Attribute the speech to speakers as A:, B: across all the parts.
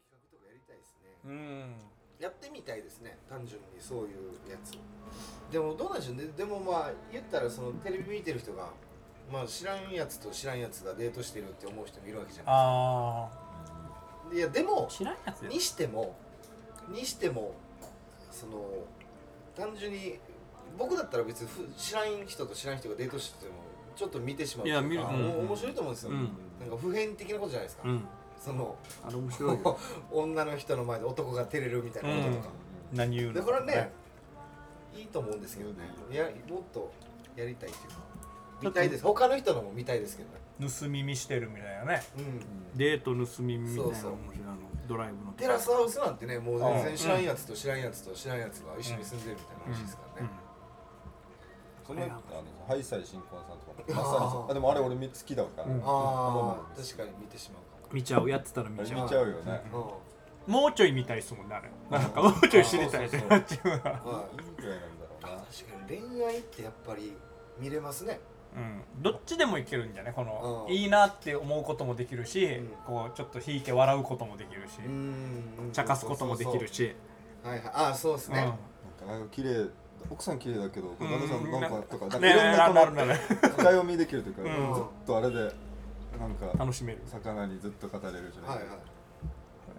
A: たいですね
B: うん
A: やってみたいですね単純にそういうやつでもどうなんでしょうねでもまあ言ったらそのテレビ見てる人がまあ知らんやつと知らんやつがデートしてるって思う人もいるわけじゃない
B: あ
A: いやでも
B: あ知らんやつ
A: にしてもにしてもその単純に僕だったら別にふ知らん人と知らん人がデートしててもちょっと見てしまうと
B: いや見る
A: か、
B: うん
A: お面白いと思うんですよ、
B: うん
A: なんか普遍的なことじゃないですか、
B: うん
A: その
C: あれ面白いよ
A: 女の人の前で男が照れるみたいなこととか、
B: 何言うの
A: でこれはねいいと思うんですけどねやもっとやりたいっていうか見たいです他の人のも見たいですけどね
B: 盗み見してるみたいなね
A: うん
C: デート盗みみたいな
A: そうそう
C: 面白いあのドライブの
A: テラスハウスなんてねもう全然知らんやつと知らんやつと知らんやつが一緒に住んでるみたいな話ですからね、
D: そのあのハイサイ新婚さんとかもまさにそうあでもあれ俺好きだから、
B: うん
A: ああ確かに見てしまう
C: 見ちゃうやってたら見
D: あれ
C: ち
D: 見
C: ゃう
D: ちゃうよね、
A: かも、
B: もうちょい見たいですもんねあれなんかもうちょい知りたいってなっちゃうわ
A: うんはい
D: いいぐらいなんだろうな
A: 確かに恋愛ってやっぱり見れますね
B: うんどっちでもいけるんじゃねこの
A: うん
B: いいなって思うこともできるし
A: うん
B: こうちょっと引いて笑うこともできるし
A: ん
B: 茶化すこともできるし
A: はいはいああそうですね、
D: なんかあ綺麗奥さん綺麗だけど旦那さんなんかとか
B: う
D: なんん
B: ね
D: かい
B: え
D: ろんなこ
B: なるなる
D: の深読みできるというか、
B: うん
D: ずっとあれでなんか
B: 楽しめる
D: 魚にずっと語れるじゃな
A: はい
D: い
A: はい
D: ですか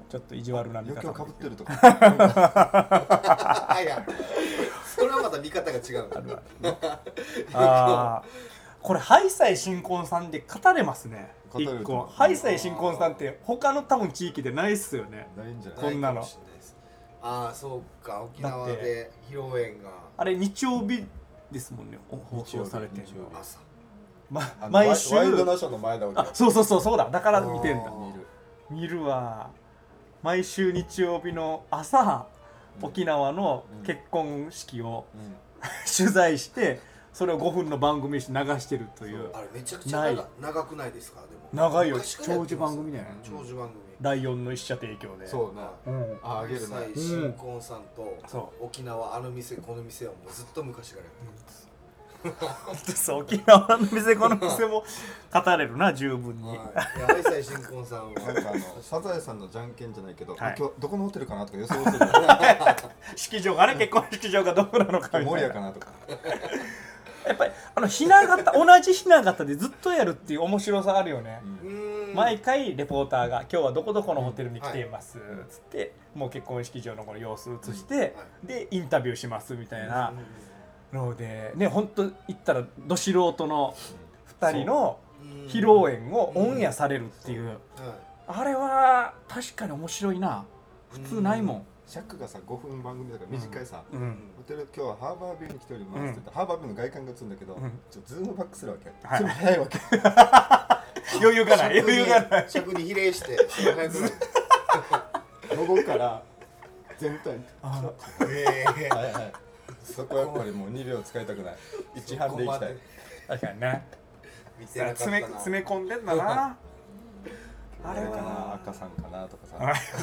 B: ちょっと意地悪な見
D: 余
B: 方
D: 興か
B: も
D: ぶ
B: で
D: っ
B: き
D: て
B: る
D: るとか
A: あい やそれはまた見方が違う
B: あるあーこれハイサイ新婚さんで語れますね
D: 語れる
B: 一
D: と
B: 個
D: 思う
B: ハイサイ新婚さんって他の多分地域でないっすよね
D: ないんじゃない
B: こんなの
A: いかもしれいですああそうか沖縄で披露宴が
B: あれ日曜日ですもんね放送されてる
D: 日曜日
B: のは、
A: 朝
D: あ
B: ま、
D: の
B: 毎週
D: ワイワイドナショーの前だわ
B: あそうそうそうそうだだから見てんだ
A: あー
D: 見る
B: 見るわ毎週日曜日の朝沖縄の結婚式を
D: う
B: 取材してそれを5分の番組にして流してるという
A: あれめちゃくちゃ
B: な
A: 長
B: い
A: 長くないですかでも
B: 長いよ
A: 昔からやってます
C: 長寿番組だよね
A: 長寿番組
B: 「ライオンの一社提供で」
D: んそうね
B: うん、
D: ああげるね
A: 歳新婚さんと
B: そ
A: 沖縄あの店この店はもうずっと昔からやってる
B: うそう沖縄の店この店も語れるな十分に、
A: はいいや愛妻新婚さん
D: なんか
A: は
D: あのサザエさんのじゃんけんじゃないけど、
B: はい
D: 今日どこのホテルかなとか予想するよ ね
B: 式場がね結婚式場がどこなのかみた
D: 守
B: い
D: 屋
B: な
D: かなとか
B: やっぱりあのひな形同じひな形でずっとやるっていう面白さあるよね、
D: うん
A: うーん
B: 毎回レポーターが「今日はどこどこのホテルに来ています」つってもう結婚式場のこの様子映して、でインタビューしますみたいなのでね本当言ったらど素人の2人の
A: うん
B: 披露宴をオンエアされるっていう、
A: は
B: あれは確かに面白いな普通ないもん、
D: 尺がさ5分番組だから短いさ、
B: うん
D: ホテル今日はハーバービューに来ておりますって言って、ハーバービューの外観が映るんだけど、
B: うん
D: ちょっとズームバックするわけ、
B: はい
D: それ早いわけ
B: 余裕がない
A: い
B: 余裕がない
A: い尺に比例してその早くなる
D: 午後から全体に
B: あの
A: ええ
D: はいはいそこはやっぱりもう2秒使いたくない1半でいきたい
B: 確かにね
A: 見てなかった
B: 詰め
A: な
B: 詰め込んでんだなあ
D: あ
B: れ
D: れか
B: は
D: な赤さんかなとかさ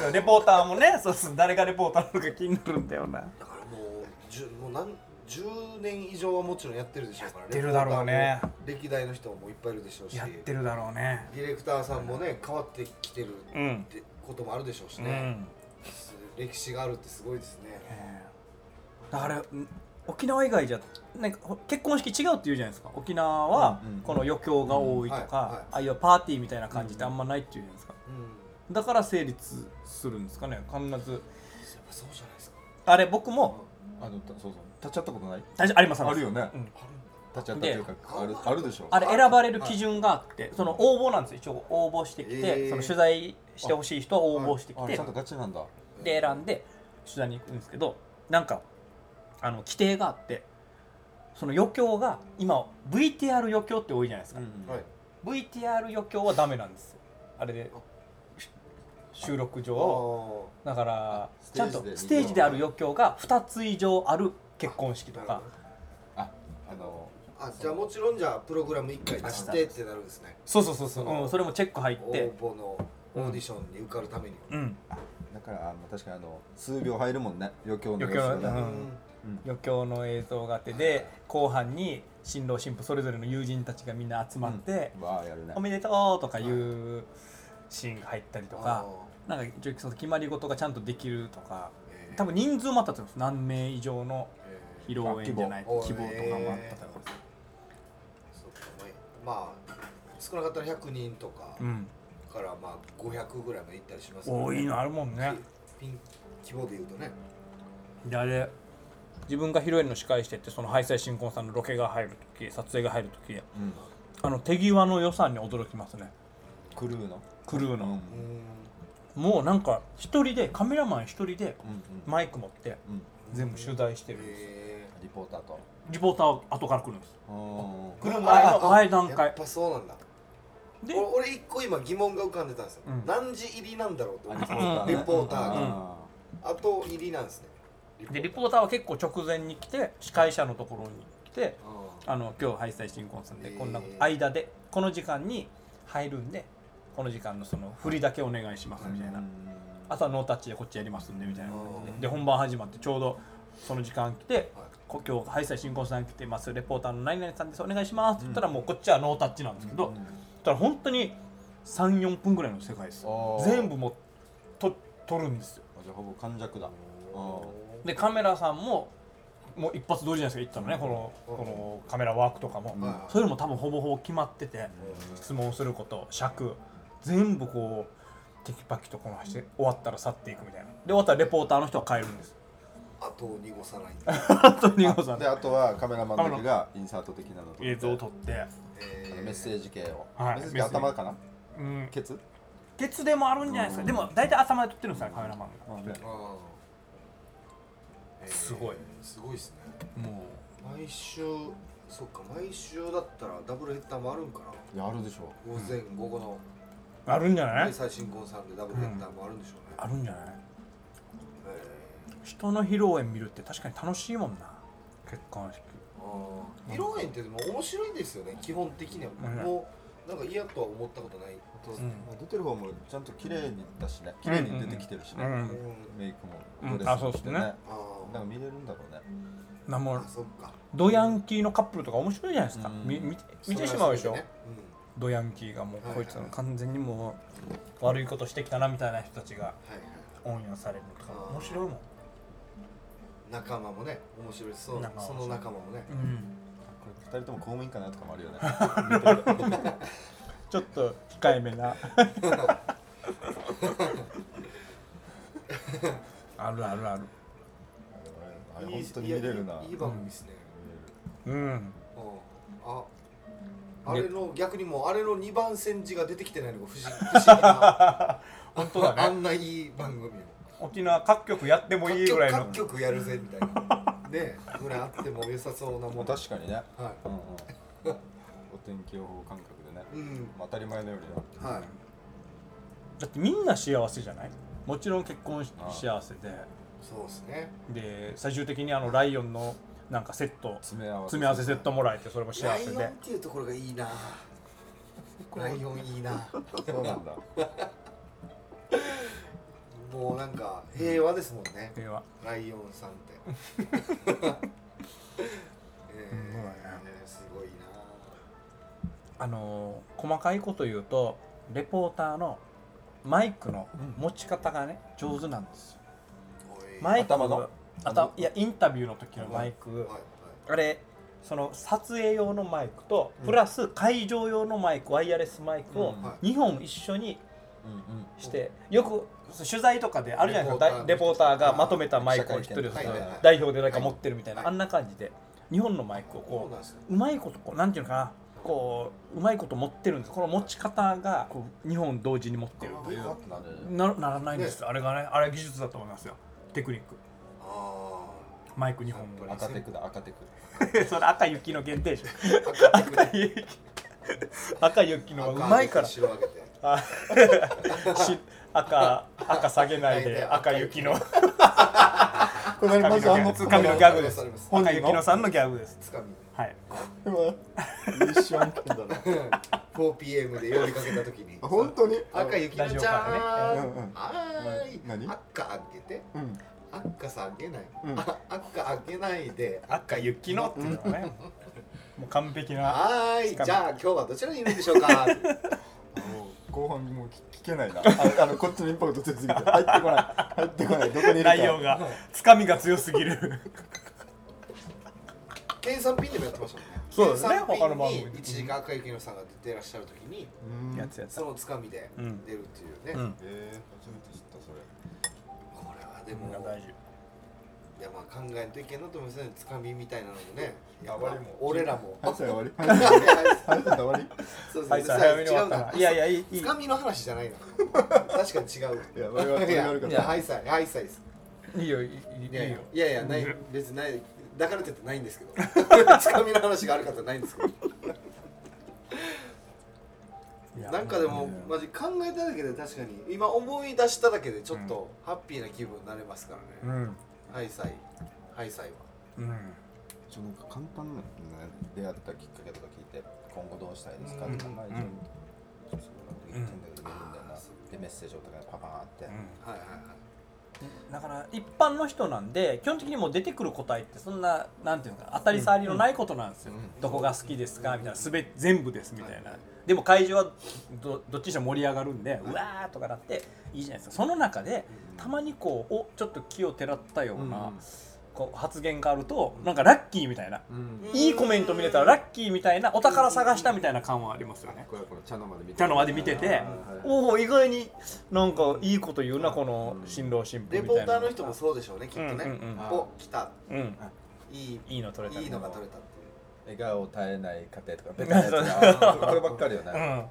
B: あレポーターもねそうそう誰がレポーターなのか気になるんだよな
A: だからもうじゅもう何10年以上はもちろんやってるでしょうからやって
B: るだろうね
A: 歴代の人もいっぱいいるでしょうし
B: やってるだろうね
A: ディレクターさんもね変わってきてる
B: う
A: っ
B: ん
A: てこともあるでしょうし
B: う
A: ね、
B: ん
A: 歴史があるってすごいですね
B: えーだからうん沖縄以外じゃなんかほ結婚式違うって言うじゃないですか沖縄は
D: うんうん
B: この余興が多いと
A: うんはいはい
B: かああいうパーティーみたいな感じってあんまないって言うじゃないですか
A: うん
B: だから成立するんですかね必ず
A: やっぱそうじゃないですか
B: あれ僕も
D: あのたそうそう立ち会ったことない
B: 大丈夫あります
D: ある
B: よ
D: よね
B: うん
A: あるんだ
D: 立ち会ったというかあるあるでしょ
B: あれ選ばれる基準があってその応募なんですよ一応応募してき
A: え
B: て
A: ー
B: その取材してほしい人は応募してき
D: あ
B: て
D: ちゃんとガチなんだ
B: で選んで取材に行くんですけどなんかあの規定があってその余興が今 VTR 余興って多いじゃないですか、
A: はい
B: VTR 余興はダメなんですよあれでし収録上をだから
D: ス
B: ち
D: テ
B: ゃ
D: ー
B: ん
D: ジで
B: とステージである余興が2つ以上ある結婚式と
A: あー
B: か
D: ああの
A: あじゃあもちろんじゃあプログラム1回出してってなるんですね
B: そうそうそうそう、うん、それもチェック入っ
A: 応
B: て
A: 募のオーディションに受かるために
B: うん
D: だからあの確かにあの数秒入るもんね余興の
B: 余興の
D: 様子が
B: う
D: ね
B: ん余興の映像があってで後半に新郎新婦それぞれの友人たちがみんな集まって、
D: わあやるね
B: おめでとうとかいうシーンが入ったりとか
A: あ
B: なんか一応その決まり事がちゃんとできるとか
A: えー
B: 多分人数もあったと思うんです何名以上の
A: えー
C: 披露宴じゃない
A: お
C: 希望とかもあったと思うんですよ
A: そっかまあまあ少なかったら100人とか
B: うん
A: からまあ500ぐらいまでいったりします
B: 多いのあ
A: る
B: るもんね
A: ピン規模で言うとね
B: であれ自分が披露宴の司会しててそのハイサイ新婚さんのロケが入る時撮影が入る時
D: うん、
B: あの手際の予算に驚きますね
D: クルーの
B: クルーの、
D: うん
A: う
D: うん
A: ーん
B: もうなんか一人でカメラマン一人で
D: うん
B: マイク持って
D: うん
B: 全部取材してるんです
A: えー
D: リポーターと
B: リポーターは後から来るんです
D: うん
B: 来る前の
A: ああ
B: 前段
A: や
B: 階
A: っぱそうなんだ
B: で
A: 俺俺一個今疑問が浮かんでたんですよ、
B: うん
A: 何時入りなんだろうって思ってた
B: あ
A: リポーター
B: が
D: が
A: 後入りなんですね
B: でリポーターは結構直前に来て司会者のところに来て
A: ー
B: あの今日ハイサイ新婚さんでこんなこと
A: えー
B: 間でこの時間に入るんでこの時間のその振りだけお願いしますみたいな朝ノータッチでこっちやりますんでみたいな感じ
A: う
B: で
A: ん
B: で本番始まってちょうどその時間来て
A: はい
B: こ今日ハイサイ新婚さん来てますレポーターの何々さんですお願いしますって言ったらもうこっちはノータッチなんですけど、たら本当に34分ぐらいの世界ですよ全部もうと撮るんですよ
D: じゃあほぼ完弱だ
B: でカメラさんももう一発同時じゃないですか行ったのねこの
A: うん
B: このカメラワークとかも、
D: うん
B: それも多分ほぼほぼ決まってて質問すること尺全部こうテキパキとこなして終わったら去っていくみたいなで終わったらレポーターの人は帰るんです
A: 後を濁さないんだ
B: あと二号さん
D: であとはカメラマンだけがインサート的なのと
B: 映像を撮って、
A: え
D: あの
A: ー
D: メッセージ系を
B: はい
D: メッセージ系頭かな
B: うん、
D: ケツ
B: ケツでもあるんじゃないですかでも大体頭で撮ってるんですよねカメラマンが
A: あーえー
B: すごい
A: すごいですね
B: も
A: 毎週そっか毎週だったらダブルヘッダーもあるんかな
D: やるでしょ
A: 午前午後の
B: うあるんじゃない
A: ね最新婚さんでダブルヘッダーもあるんでしょうね
B: あるんじゃない
A: え
B: 人の披露宴見るって確かに楽しいもんな結婚式
A: ーあー披露宴ってでも面白いですよね基本的には
B: ん
A: もうなんか嫌とは思ったことない
B: ん
D: 出てる方もちゃんと綺麗にだしね綺麗に出てきてるし
B: う
D: ね
A: うん
B: ん
D: メイクも
B: うん
D: ドレス
B: あそう
D: も
B: っ
D: 着
B: す
D: て
B: ね
D: ねな
A: あ
D: んか見れるんだろうね
B: なん
A: あ
B: も
A: あそっか
B: ドヤンキーのカップルとか面白いじゃないですか、
D: うん
B: み見て見てしまうでしょ
A: それは
B: ドヤンキーがもう
A: はい
B: こいつの完全にもう悪いことしてきたなみたいな人たちが
A: それでねうんはいはい
B: オンエアされるとか
A: あー
B: 面白いもん、
A: 仲間もね面白いしそう
B: 仲間も
A: その仲間もね
B: うん、
D: これ二人とも公務員かなとかもあるよね
B: ちょっと控えめなあるあるある
D: あれ本当に見れるない
A: やいいいい番組ですね
B: うん
A: うんああれの逆にもうあれの二番煎じが出てきてないの が不思議不思議な
B: 本当だね
A: あんないい番組を
B: 沖縄各局やってもいいぐらいの
A: 各局各局やるぜみたいなねぐらいあっても良さそうなも
D: もうん
A: は
D: 確かにね
A: い
D: うんうん お天気予報感覚でね
A: うん
D: 当たり前のようにな
A: はい
B: だってみんな幸せじゃないもちろん結婚し
D: あー
B: 幸せで
A: そうですね
B: で最終的にあのライオンのなんかセット
D: 詰め合わせ
B: 詰め合わせセットもらえてそれも幸
A: ライ
B: せ
A: オン
B: で
A: っていうところがいいなライオンいいな
D: そうなんだ
A: もうなんか平和ですもんね
B: 平和
A: ライオンさんって。 え
B: うん
A: ー
B: まあね
A: すごいな。
B: あのー細かいこと言うとレポーターのマイクの持ち方がね、上手なんですよ
A: おい
B: マイク
D: 頭の
B: あたいやインタビューの時のマイク、
A: はいはい
B: あれその撮影用のマイクとプラス会場用のマイク、ワイヤレスマイクを
D: うん
A: はい
B: 2本一緒に
D: うんうん
B: して、よく取材とかであるじゃないですかレ
A: レ
B: ポ
A: ポ
B: ー
A: ー
B: タ
A: タ
B: ー
A: ー
B: がまとめたマイクを1
D: 記
B: 人ず
D: 者会見
B: つ
A: はいはいはい
B: 代表でなんか持ってるみたいな、
A: はい
B: あんな感じで2本のマイクを
A: そう
B: こ
A: なんですよ。
B: ううまいことこうなんていうのかなこううまいこと持ってるんですこの持ち方がこう2本同時に持ってるという
D: あなる
B: なならないんです、あれがねあれ技術だと思いますよテクニック
A: あ
B: マイク2本を
D: 赤テクだ赤テク
B: それ赤雪の限定種
A: あ。赤
B: 赤雪赤雪のうまいから
A: 白上げて。
B: あし赤赤下げないで赤雪の
D: これ
B: まずあの髪のギャグです
A: 本
B: 赤雪のさんのギャグです
A: つかみ。
B: はい
D: 一瞬案件だな
A: 4pm で呼びかけたときに。
D: 本当に
A: 赤ゆきのちゃ
D: ラジオからねうんうん
A: ん。はーい。
D: 何
A: 赤あげて。
D: うん
A: 赤さあげない。
D: うん
A: あ赤あげないで。
B: 赤雪のっていうのはねもう完璧な
A: はー
B: つか
A: い。
B: み
A: じゃあ今日はどちらにいるんでしょうか。もう
D: 後半もう聞聞けないな ああのこっちのインパクト強すぎて入ってこない入ってこないどこにいるか
B: 内容がつかみが強すぎる
A: ケンさんピンでもやってましたもんね
B: そうですね
A: ケンさんピンに
B: 他の番組で
A: 一時間赤池のさんが出てらっしゃる時に
D: うん
B: やつやつ
A: そのつかみで
B: うん
A: 出るっていうね、
B: うん
D: えー、初めて知ったそれ
A: これはで
B: で
A: も
B: も大事
A: いやまあ考えんといけんなと思いますねつかみみたいなのもね やっ
D: あ
A: ぱ
D: 割りも
A: 俺らも
D: ハイサイ終わりハイサイハイサイ終わり
A: そう
B: はいさ早めに終わったらいやい
A: や
B: やいいいい
A: つかみの話じゃない な確かに違う
D: いや俺は俺が悪かっ
A: い
D: た
A: やハイサイハイサイです
B: いいよいい
A: い
B: よ
A: や
B: いい
A: い
B: よ
A: やいやない別にないだからって言ってないんですけど つかみの話がある方はないんですけど
B: いや
A: なんかでもマジ考えただけで確かに今思い出しただけでちょっとハッピーな気分になれますから
B: う
A: ね、
B: ん
A: ハイサイハイサイは
B: うん
D: ちょなんか簡単な出会ったきっかけとか聞いて今後どうしたいですかって考えてるそうなんか言ってんだけど言うんだよなでメッセージをお互いパパーンって
A: はいはいはい
B: だから一般の人なんで基本的にもう出てくる答えってそんななんていうのかな当たり障りのないことなんですよ、
D: うん
B: どこが好きですかみたいなすべ全部ですみたいな、でも会場はどどっちにしても盛り上がるんで、うわーとかなっていいじゃないですかその中でたまにこうおちょっと気をてらったような、こう発言があるとなんかラッキーみたいな、
D: うん
B: いいコメント見れたらラッキーみたいなお宝探したみたいな感はありますよね
D: これはこの茶の間で見て
B: 茶の間で見てておお意外になんかいいこと言うなこの新郎新婦みたい
A: レ
B: な
A: ポーターの人もそうでしょうねきっとね、
B: うんうん
D: うん
A: お来た
B: うんうん
A: いい
B: いいの取れた
A: いいのが取れたっていう
D: 笑顔絶えない家庭とかベタなやつがこればっかりよね、
B: うん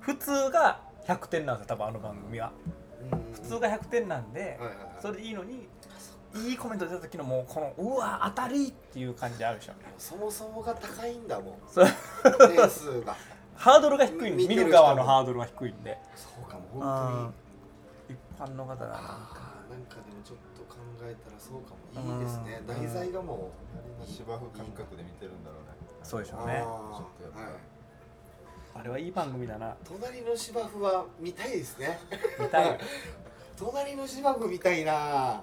B: 普通が100点なんですよ多分あの番組は
A: 普
B: 普通が100点なんで、
A: はいはいはい
B: それでいいのにいいコメント出た時のもうこのうわ当たりっていう感じあるでしょ
A: そもそもが高いんだもん
B: そう
A: 点数が
B: ハードルが低いんで
A: 見て
B: 見
A: る人も
B: る側のハードルが低いんで
A: そうかも本
B: 一般の方だ
A: 当に
B: な
A: ああなんかでもちょっと考えたらそうかもいいですね
B: うん
A: 題材がも
D: 芝生感覚で見てるんだろうね
B: そうでし
A: う
B: ょ
A: あ
B: う
A: あ
B: ね
A: はい
B: あれはいい番組だな
A: 隣の芝生は見たいですね
B: 見たい
A: 隣の芝生みたいな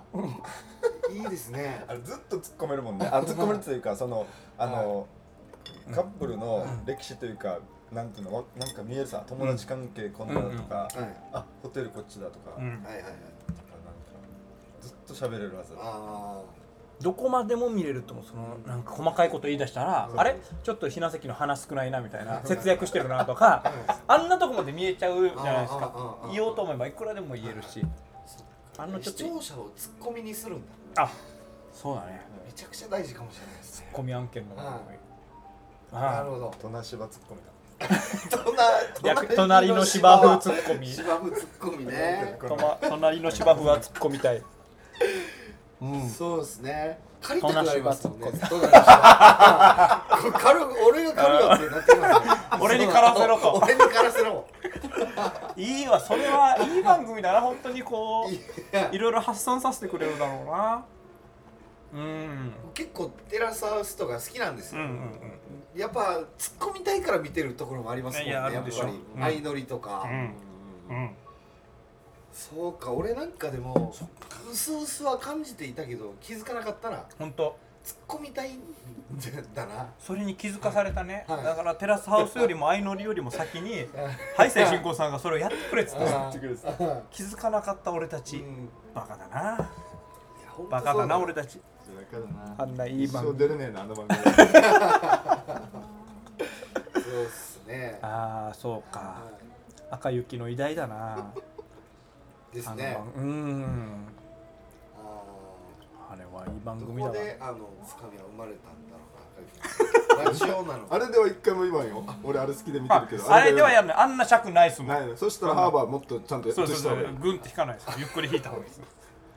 A: いいですね
D: あれずっと突っ込めるもんねあ突っ込めるというかそのあの、カップルの歴史というか、なんていうのわなんか見えるさ友達関係こんなだとか、
A: はいはい
D: あホテルこっちだとか,、
B: う
D: なんか
A: は
B: ん
A: いはい
D: ずっと喋れるはず
A: あ
B: どこまでも見れるともそのなんか細かいこと言い出したらあれちょっとひな席の花少ないなみたいな節約してるなと
A: あ
B: か
A: は
B: あんなとこまで見えちゃうじゃないです
A: あああ
B: か
A: あああ
B: 言おうと思えばいくらでも言えるし
A: いそっか
B: あのちょ
A: 視
B: っと
A: 聴者をツッコミにするんだ
B: あそうだね
A: めちゃくちゃ大事かもしれないですね
B: コミ案件の
A: は
B: あ
A: いなる
B: あ
A: ほど
D: 大人芝突っ込みだ
B: 逆隣の芝生ツッコミ
A: 芝生ツッコミね
B: とま隣の芝生は突っ込みたいうん
A: そうですね借りたくなりますもんね
B: 隣
A: 隣の芝生 これ狩る俺が狩るよってなってきますね
B: 俺に狩らせろと
A: 俺に狩らせろ
B: いいわそれはいい番組だな本当にこう
A: いや
B: いろいろ発散させてくれるだろうなうん
A: 結構テラスハウスとか好きなんです
B: うんう
A: よ、
B: ん
A: やっぱ突っ込みたいから見てるところもありますもんね
B: いや
A: や
B: あ
A: っぱ
B: る
A: り
B: でしょうん
A: 相乗りとか、
B: うんうんうん
A: そうか俺なんかでもうすうすは感じていたけど気づかなかったら
B: 本当
A: 突っ込みたいんだな
B: それに気づかされたね、
A: はい
B: だからテラスハウスよりも相乗りよりも先 にハイセイ進行さんがそれをやってくれっつってた
A: あー
B: 気づかなかった俺た
A: うん
B: ち、
A: い
B: バカだな
A: やほんとそう
B: バカだな俺たち
D: だから
B: あんないい番組
D: 出れねえなあの番組
A: そうっすね
B: ああそうか
A: は
B: 赤雪の偉大だな
A: いです
B: あの
A: ね
B: 番うーん
A: あ
B: あれはいい番
A: ーど
B: 組だ
A: こ
B: わ
A: であのつかみは生まれたんだろうなラジオなのか
D: あれでは一回も今よあ俺あれ好きで見て
B: あ
D: るけど
B: あれではやるのあんな尺ないっすもん、
D: ないのそしたらハーバーもっとちゃんとやっ
B: そう
D: と
B: そう
D: した
B: そ
D: 方がいうい
B: グンって引かないですゆっくり引いた方がい いです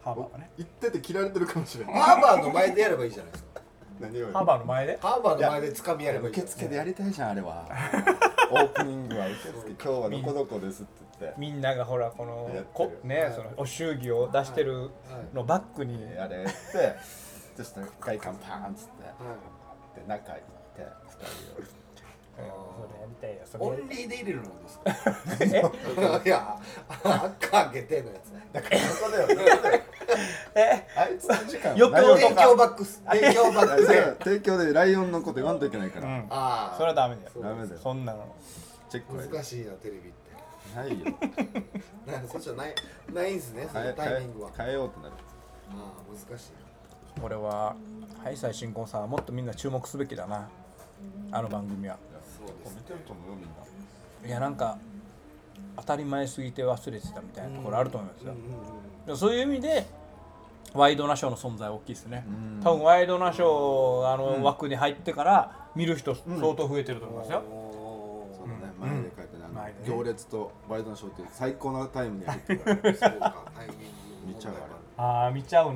B: ハーバーはね
D: 言ってて切られてるかもしれない
A: ハーバーの前でやればいいじゃないですか
D: 何を
B: ハーバーの前で
A: ハーバーの前でつかみやればいいじ
D: 受
A: ゃないですか
D: 付でやりたいじゃんあ れはオープニングは受付今日はどこどこですって言って
B: みんながほらこの
D: やってる
B: こねそのお祝儀を出してるのバックに
D: であれやってそしたら外観パーンっつって
A: はい
D: で中行って二人
B: うんそれやりたいよそれ
A: オ
B: やり
A: ンリーで入れるのですか いや、赤開けてのやつね。
D: だからそこだよそこだよ
B: たいえ
D: あいつの時間
B: よく
D: ライオン
A: 提供バック ス。提供バックス。
D: 提供でライオンのこと言わんといけないか
B: う
D: ら
B: ん
A: ああ。
B: それはダメだよ
A: そう
D: ダメだよ
B: そんなの
D: チェックは
A: 難しいな、テレビって。
D: ないよ
A: なんかそっちはないないんすねそ
D: 変
A: の
D: え
A: タイミングはあ
D: 変えようってなる
A: あ難しい
B: これははい最新婚さんはもっとみんな注目すべきだなあの番組は
A: そうです
D: 見てると思うよみんない
B: やなんか当たり前すぎて忘れてたみたいなところあると思います
A: うんう
B: よ
A: ん、
B: でもそういう意味でワイドナショーの存在は大きいですね、
D: うん
B: 多分ワイドナショーがあの枠に入ってから見る人相当増えてると思いますよ、
A: おー
D: そうだね前で書いてねあの
B: 前でね
D: 行列とバイトのショーっていう最高なタイムに入ってるから
A: そうかタイミング
D: 見ちゃうあれ
B: ああ見ちゃう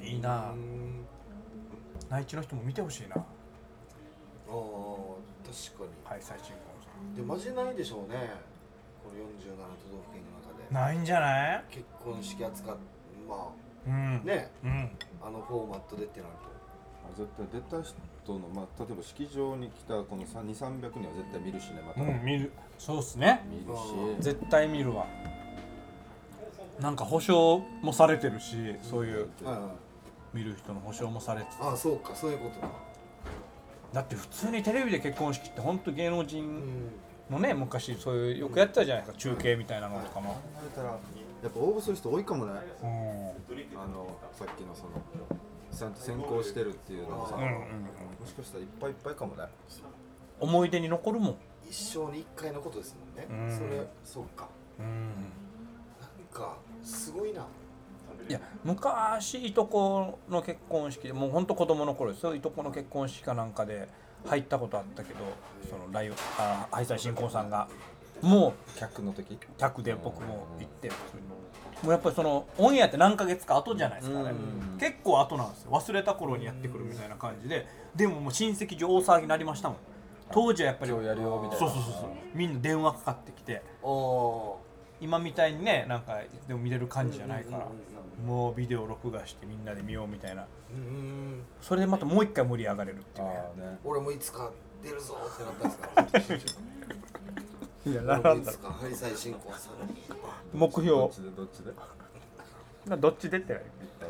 B: ないいな
A: うん
B: 内地の人も見てほしいな
A: あー確かに
B: はい最新婚さ
A: でマジないでしょうねこの47都道府県の中
B: ん
A: で
B: ないんじゃない
A: 結婚式扱っま
B: うん
A: あね
B: うん
A: あのフォーマットでってなる
D: 絶対出た人の、まあ、例えば式場に来たこの2 3 0 0人は絶対見るしねまた、
B: うん見るそうっすね
D: 見るし
B: 絶対見るわなんか保証もされてるしそういう
A: とはいはい
B: 見る人の保証もされてて
A: ああそうかそういうことか
B: だって普通にテレビで結婚式ってほんと芸能
A: う
B: 人
A: ん
B: のね昔そういうよくやってたじゃないですか中継みたいなのとかも、
D: 離れたらやっぱ応募する人多いかもね
B: うん、うん
D: あのさっきのそのちゃんと先行してるっていうのもさ、
A: う
B: うんうん
D: もしかしたらいっぱいいっぱいかもね
B: 思い出に残るもん、
A: 一生に一回のことですもんね
B: うん
A: それそうか
B: うん、
A: なんかすごいない
B: や昔いとこの結婚式でもうほんと子供の頃ですよいとこの結婚式かなんかで入ったことあったけどそのライブあ愛妻新婚さんがもう
D: 客の時
B: 客で僕も行ってもうやっぱりそのオンエアって何ヶ月か後じゃないですかね
D: うん
B: 結構後なんですよ忘れた頃にやってくるみたいな感じででももう親戚中大騒ぎになりましたもん当時はやっぱり
D: 今日やるよみたい
B: そ
D: な
B: うそうそうそうみんな電話かかってきて
A: ああ
B: 今みたいにねなんかでも見れる感じじゃないから
A: う
B: もうビデオ録画してみんなで見ようみたいなん
A: うんうんうん
B: それでまたもう一回盛り上がれるっていうね
D: ああね
A: 俺もいつか出るぞってなったん ですか
B: いや
A: 俺もいつか愛妻新婚さんに
B: 目標
D: どっちでどっちで、
B: どっち出てない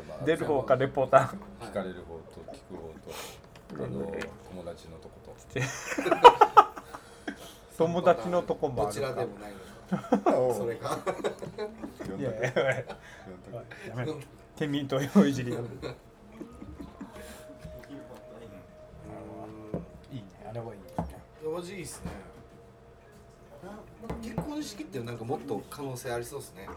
D: まあ
B: 出る方かレポーター
D: 聞かれる方と聞く方とあの友達のとこ と
B: 友達のとこもあ
A: どち
B: る
A: らで
B: か
A: もないのかそれ か
B: いやいやいや
D: 4
B: やめ ろ天秤と用いじりがいいねあれはいいね
A: うんマジいいっすね結婚式ってなんかもっと可能性ありそうですね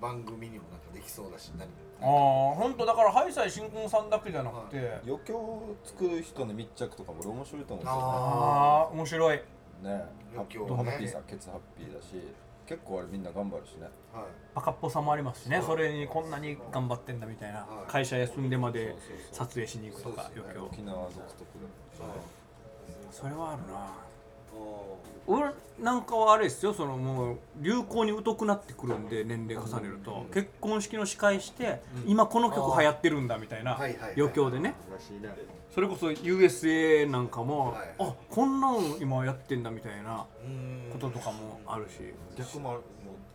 A: 番組にもなんかできそうだし何も
B: ああ本当だからハイサイ新婚さんだけじゃなくて、
D: 余興を作る人の密着とかも俺面白いと思うんですよね
B: ああ面白い
D: ね
A: 余興
D: ハ
A: ね
D: ッピーさケツハッピーだし結構あれみんな頑張るしね
A: はい
B: バカっぽさもありますしね
A: そう
B: それにこんなに頑張ってんだみたいな
A: はい
B: 会社休んでま
D: そう
B: で
D: そう
B: 撮影しに行くとか
A: そうで
B: 余
A: す
D: そう
B: 興
D: 沖縄独特
A: あ
B: それはあるな
A: あ
B: 俺なんかはあれですよそのもう流行に疎くなってくるんで年齢重ねると、結婚式の司会して、今この曲流行ってるんだみたいな
A: はいはいはい
B: 余興でね
D: だらしいね
B: それこそ USA なんかも、
A: はい
B: あこんなの今やってんだみたいな
A: うん
B: こととかもあるし、
D: 逆もあるも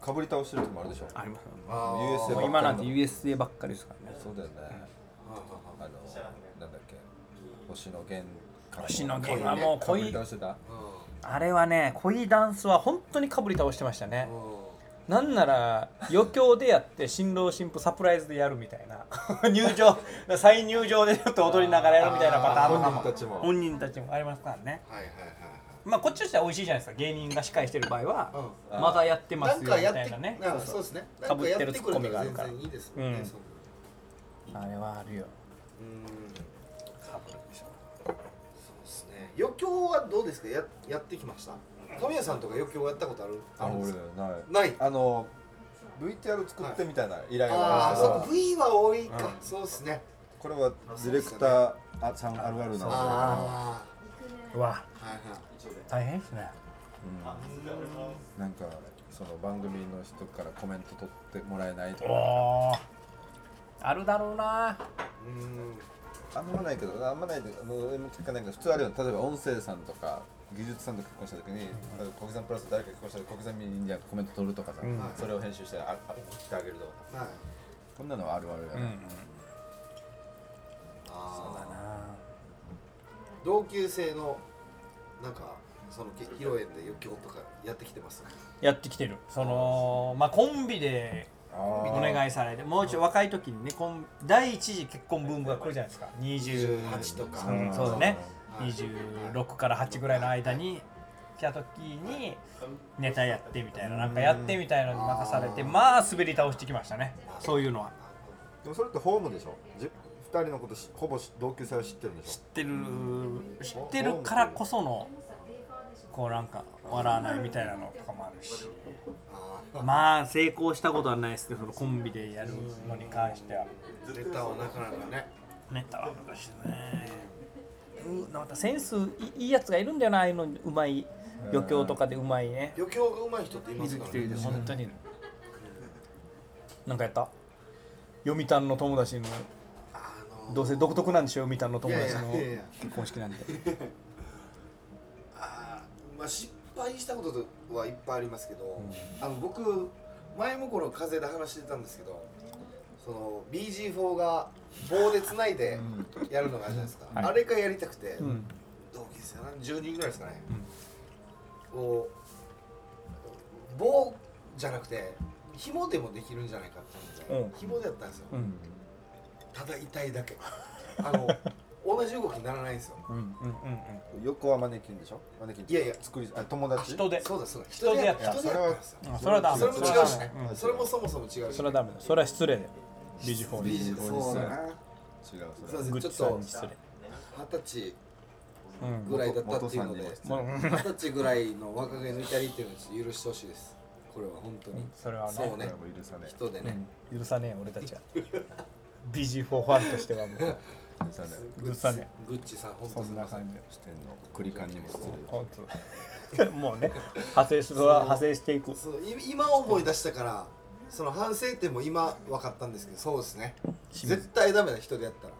D: うかぶり倒してる人もあるでしょ
B: ありますよね
A: あー
D: USA
B: もう今なんて USA ばっかりですからね
D: そうだよねあのなんだっけ星野源から
B: 星野源はもう
D: かぶ
B: 恋
D: り倒してた
B: あれはね恋ダンスは本当にかぶり倒してましたね
A: うんうん
B: なんなら余興でやって新郎新婦サプライズでやるみたいな 入場再入場でちょっと踊りながらやるみたいなパターンとかも
D: 本人たちも
B: 本人たちもありますからね
A: はいはいはい
B: まあこっちとしては美味しいじゃないですか芸人が司会してる場合
A: は
B: はい
A: うん
D: うん
B: まだやってま
A: な
B: す
A: ん
B: よ
A: か
B: み
A: やったて
B: いなね
A: なんかそうですね。
B: そう
A: なんやってくれた
B: 被ってるツッコミがあるから
A: 全然いいですもんね。
B: うん
A: そう
B: あれはあるよ
A: うん。
B: かぶるでしょ
A: そうですね。余興はどうですか。ややってきました。神谷さんとか余興やったことある？
D: あ
A: るんで
D: 俺
A: すか
D: ない
A: ない。
D: あの VTR 作ってみたいな依頼があ
A: あ
D: るん
A: あ、
D: で
A: そう
D: すけど
A: か。V は多いか
D: う。ん
A: そうですね。
D: これはディレクターあさんあるあるなんだ
A: あ
B: うわ
A: あ。はいはい。
B: 大変ですね
D: うん、なんかその番組の人からコメント取ってもらえないと
B: お
D: か
B: おあるだろうな
A: うん。
D: あんまないけどあんまないであの俺も聞かないけど普通あるよ例えば音声さんとか技術さんと結婚した時に例えば国産プラス誰か結婚したら国産ミニにコメント取るとかさ、
B: うん
D: それを編集してああ送ってあげるとか
A: はい。
D: こんなのはあるあるだ
B: う
D: よね、
B: ん
A: ああ。
B: な
A: 同級生のなんかその披露宴で余興とかやってきてます
B: やってきてるそのまあコンビでお願いされてもう一度若い時にねコン第一次結婚ブームが来るじゃないですか
A: 18
B: 28
A: とか
B: うんそうだね
A: はい
B: 26から8ぐらいの間に来た時にネタやってみたいななんかやってみたいなのに任されてまあ滑り倒してきましたねそういうのは
D: でもそれってホームでしょじ二人のことしほぼし同級生は知ってるんで
B: 知っ
D: して
B: る知ってるからこそのこうなんか笑わないみたいなのとかもあるし
A: あ
B: まあ成功したことはないですけどそのコンビでやるのに関しては
A: ーネタはなかなかね
B: ネタは難しいねうなんかセンスいいいやつがいるんだよなああいうのうまい余興とかでうまいね
A: 余興が上手い人っていますからね
B: 本当になんかやった読谷の友達の
A: あの
B: どうせ独特なんでしょ読谷の友達
A: い
B: の
A: やいやいやいや
B: 結婚式なんで
A: あーまあ失敗したことはいっぱいありますけど、あの僕前もこの風で話してたんですけどその BG4 が棒でつないでやるのがあるじゃないですか、
B: はい
A: あれがやりたくて、
B: うん
A: 同期ですよね10人ぐらいですかね、こう棒じゃなくて紐でもできるんじゃないかって思って、
B: うん
A: 紐でやったんですよ、
B: うん
A: ただ痛いだけあの同じ動きにならないんですよ
B: うんうんうん
D: ょ横はマネキンでしょマネキンって
A: いやいや
D: 作りあ友達
B: 人で
A: そうだそうだ
B: 人でやった
A: 人でやったんですよ
B: うんそれはダメ
A: それも違うしね、
B: うん
A: それもそもそも違うし
B: それはダメだそれは失礼だよビジフォー
A: ビ
B: に
A: ジそうだな
D: 違う
A: す
D: そ
A: いま
D: れ
A: せ
B: グ
A: ん
B: ッ
A: ちょ
B: チ
A: っ
B: さん
A: と
B: に失礼
A: 二十歳
B: うん
A: ぐらいだったっていうので
D: 元元さんに
A: 二十歳ぐらいの若気の至りっていうのをちょっと許してほしいですこれは本当に
B: それはね
A: そう
D: これ
A: ね
D: はもう許さね
A: 人でね、
B: うん許さねえよ俺たちはビジフォーファンとしてはもう
D: え許さねえ
A: グッチ
B: そうね
A: グッチさん本
B: そ
A: 当
B: んな感じ
D: 視点のクリカンにも失
B: 本当 もうね派生するは派生していく
A: そうい今思い出したからその反省点も今分かったんですけどそうですね
B: 清水
A: 絶対ダメだ人でやったら、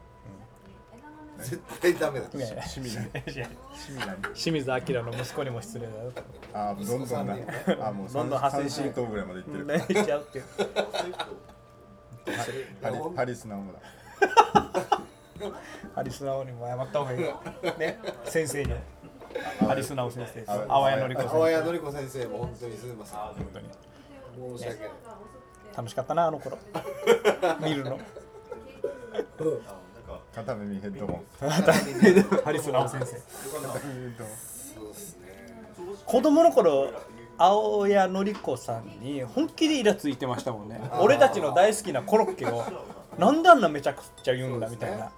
A: 絶対ダメだ
B: いやいや
D: 礼趣味だね
B: いや
D: 趣味だね
B: 清水明の息子にも失礼だよ
D: あーどんどんだ
A: 息子
D: あーもう
B: どんどん派生 して
D: 三振ぐらいまでいってる
B: 泣いちゃうって
D: ハリハリスナムだ
B: ハリスナオにも謝った方がいいよね先生にハリスナオ先生です
D: あわや
B: 淡谷のり子
A: 青
B: 先生
A: 谷のり子先生も本当にすみません
B: 本当に
A: 申し訳ない
B: 楽しかったなあの頃見るの
D: 片耳ヘッドホン
B: ハリスナオ先生
D: 片耳ヘッドホン
A: そうですね
B: 子供の頃青谷のり子さんに本気でイラついてましたもんね俺たちの大好きなコロッケをなんであんなめちゃくちゃ言うんだみたいな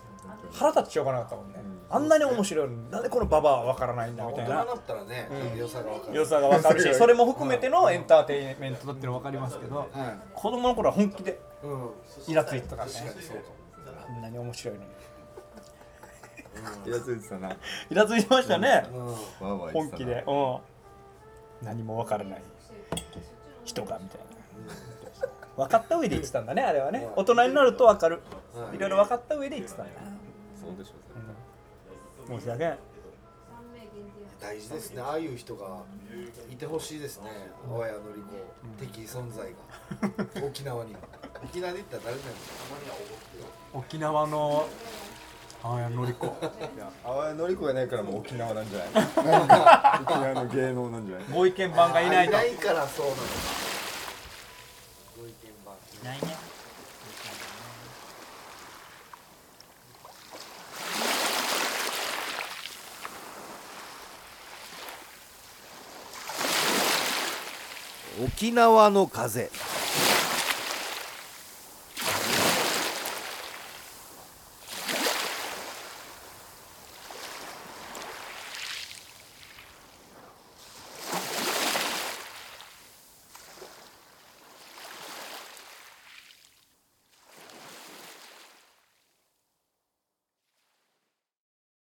B: 腹立ちしょうがなかったもんねあんなに面白いのになんでこのババアはわからないんだ
A: 大
B: み
A: 人
B: たい
A: に
B: な
A: なったらね、良さが分かる
B: 良さがわかるしそれも含めてのエンターテインメントだっていうの分かりますけど
A: はい
B: 子供の頃は本気で
A: うん
B: イラついてたからね
A: 確かにそうかも
B: こんなに面白いのに
D: イラついてたなわ
B: イラついてましたね
A: うん
D: ーわー言っ
B: 本気
D: てたな
B: でうん何もわからない人がみたいな分かった上で言ってたんだねあれはね大人になると分かるいろいろ分かった上で言ってたんだ
D: そうでしょ
B: 申し訳ない
A: 大事ですねああいう人がいてほしいですね青谷のり子的存在 が沖縄には沖縄で行ったら誰なんですか
C: 沖縄の青谷のり 子
D: ああのりこがいないからもう沖縄なんじゃないなんか沖縄の芸能なんじゃない
B: ご意見番がいないと
A: ないからそうなのかご意見番
B: ないね
A: 沖縄の風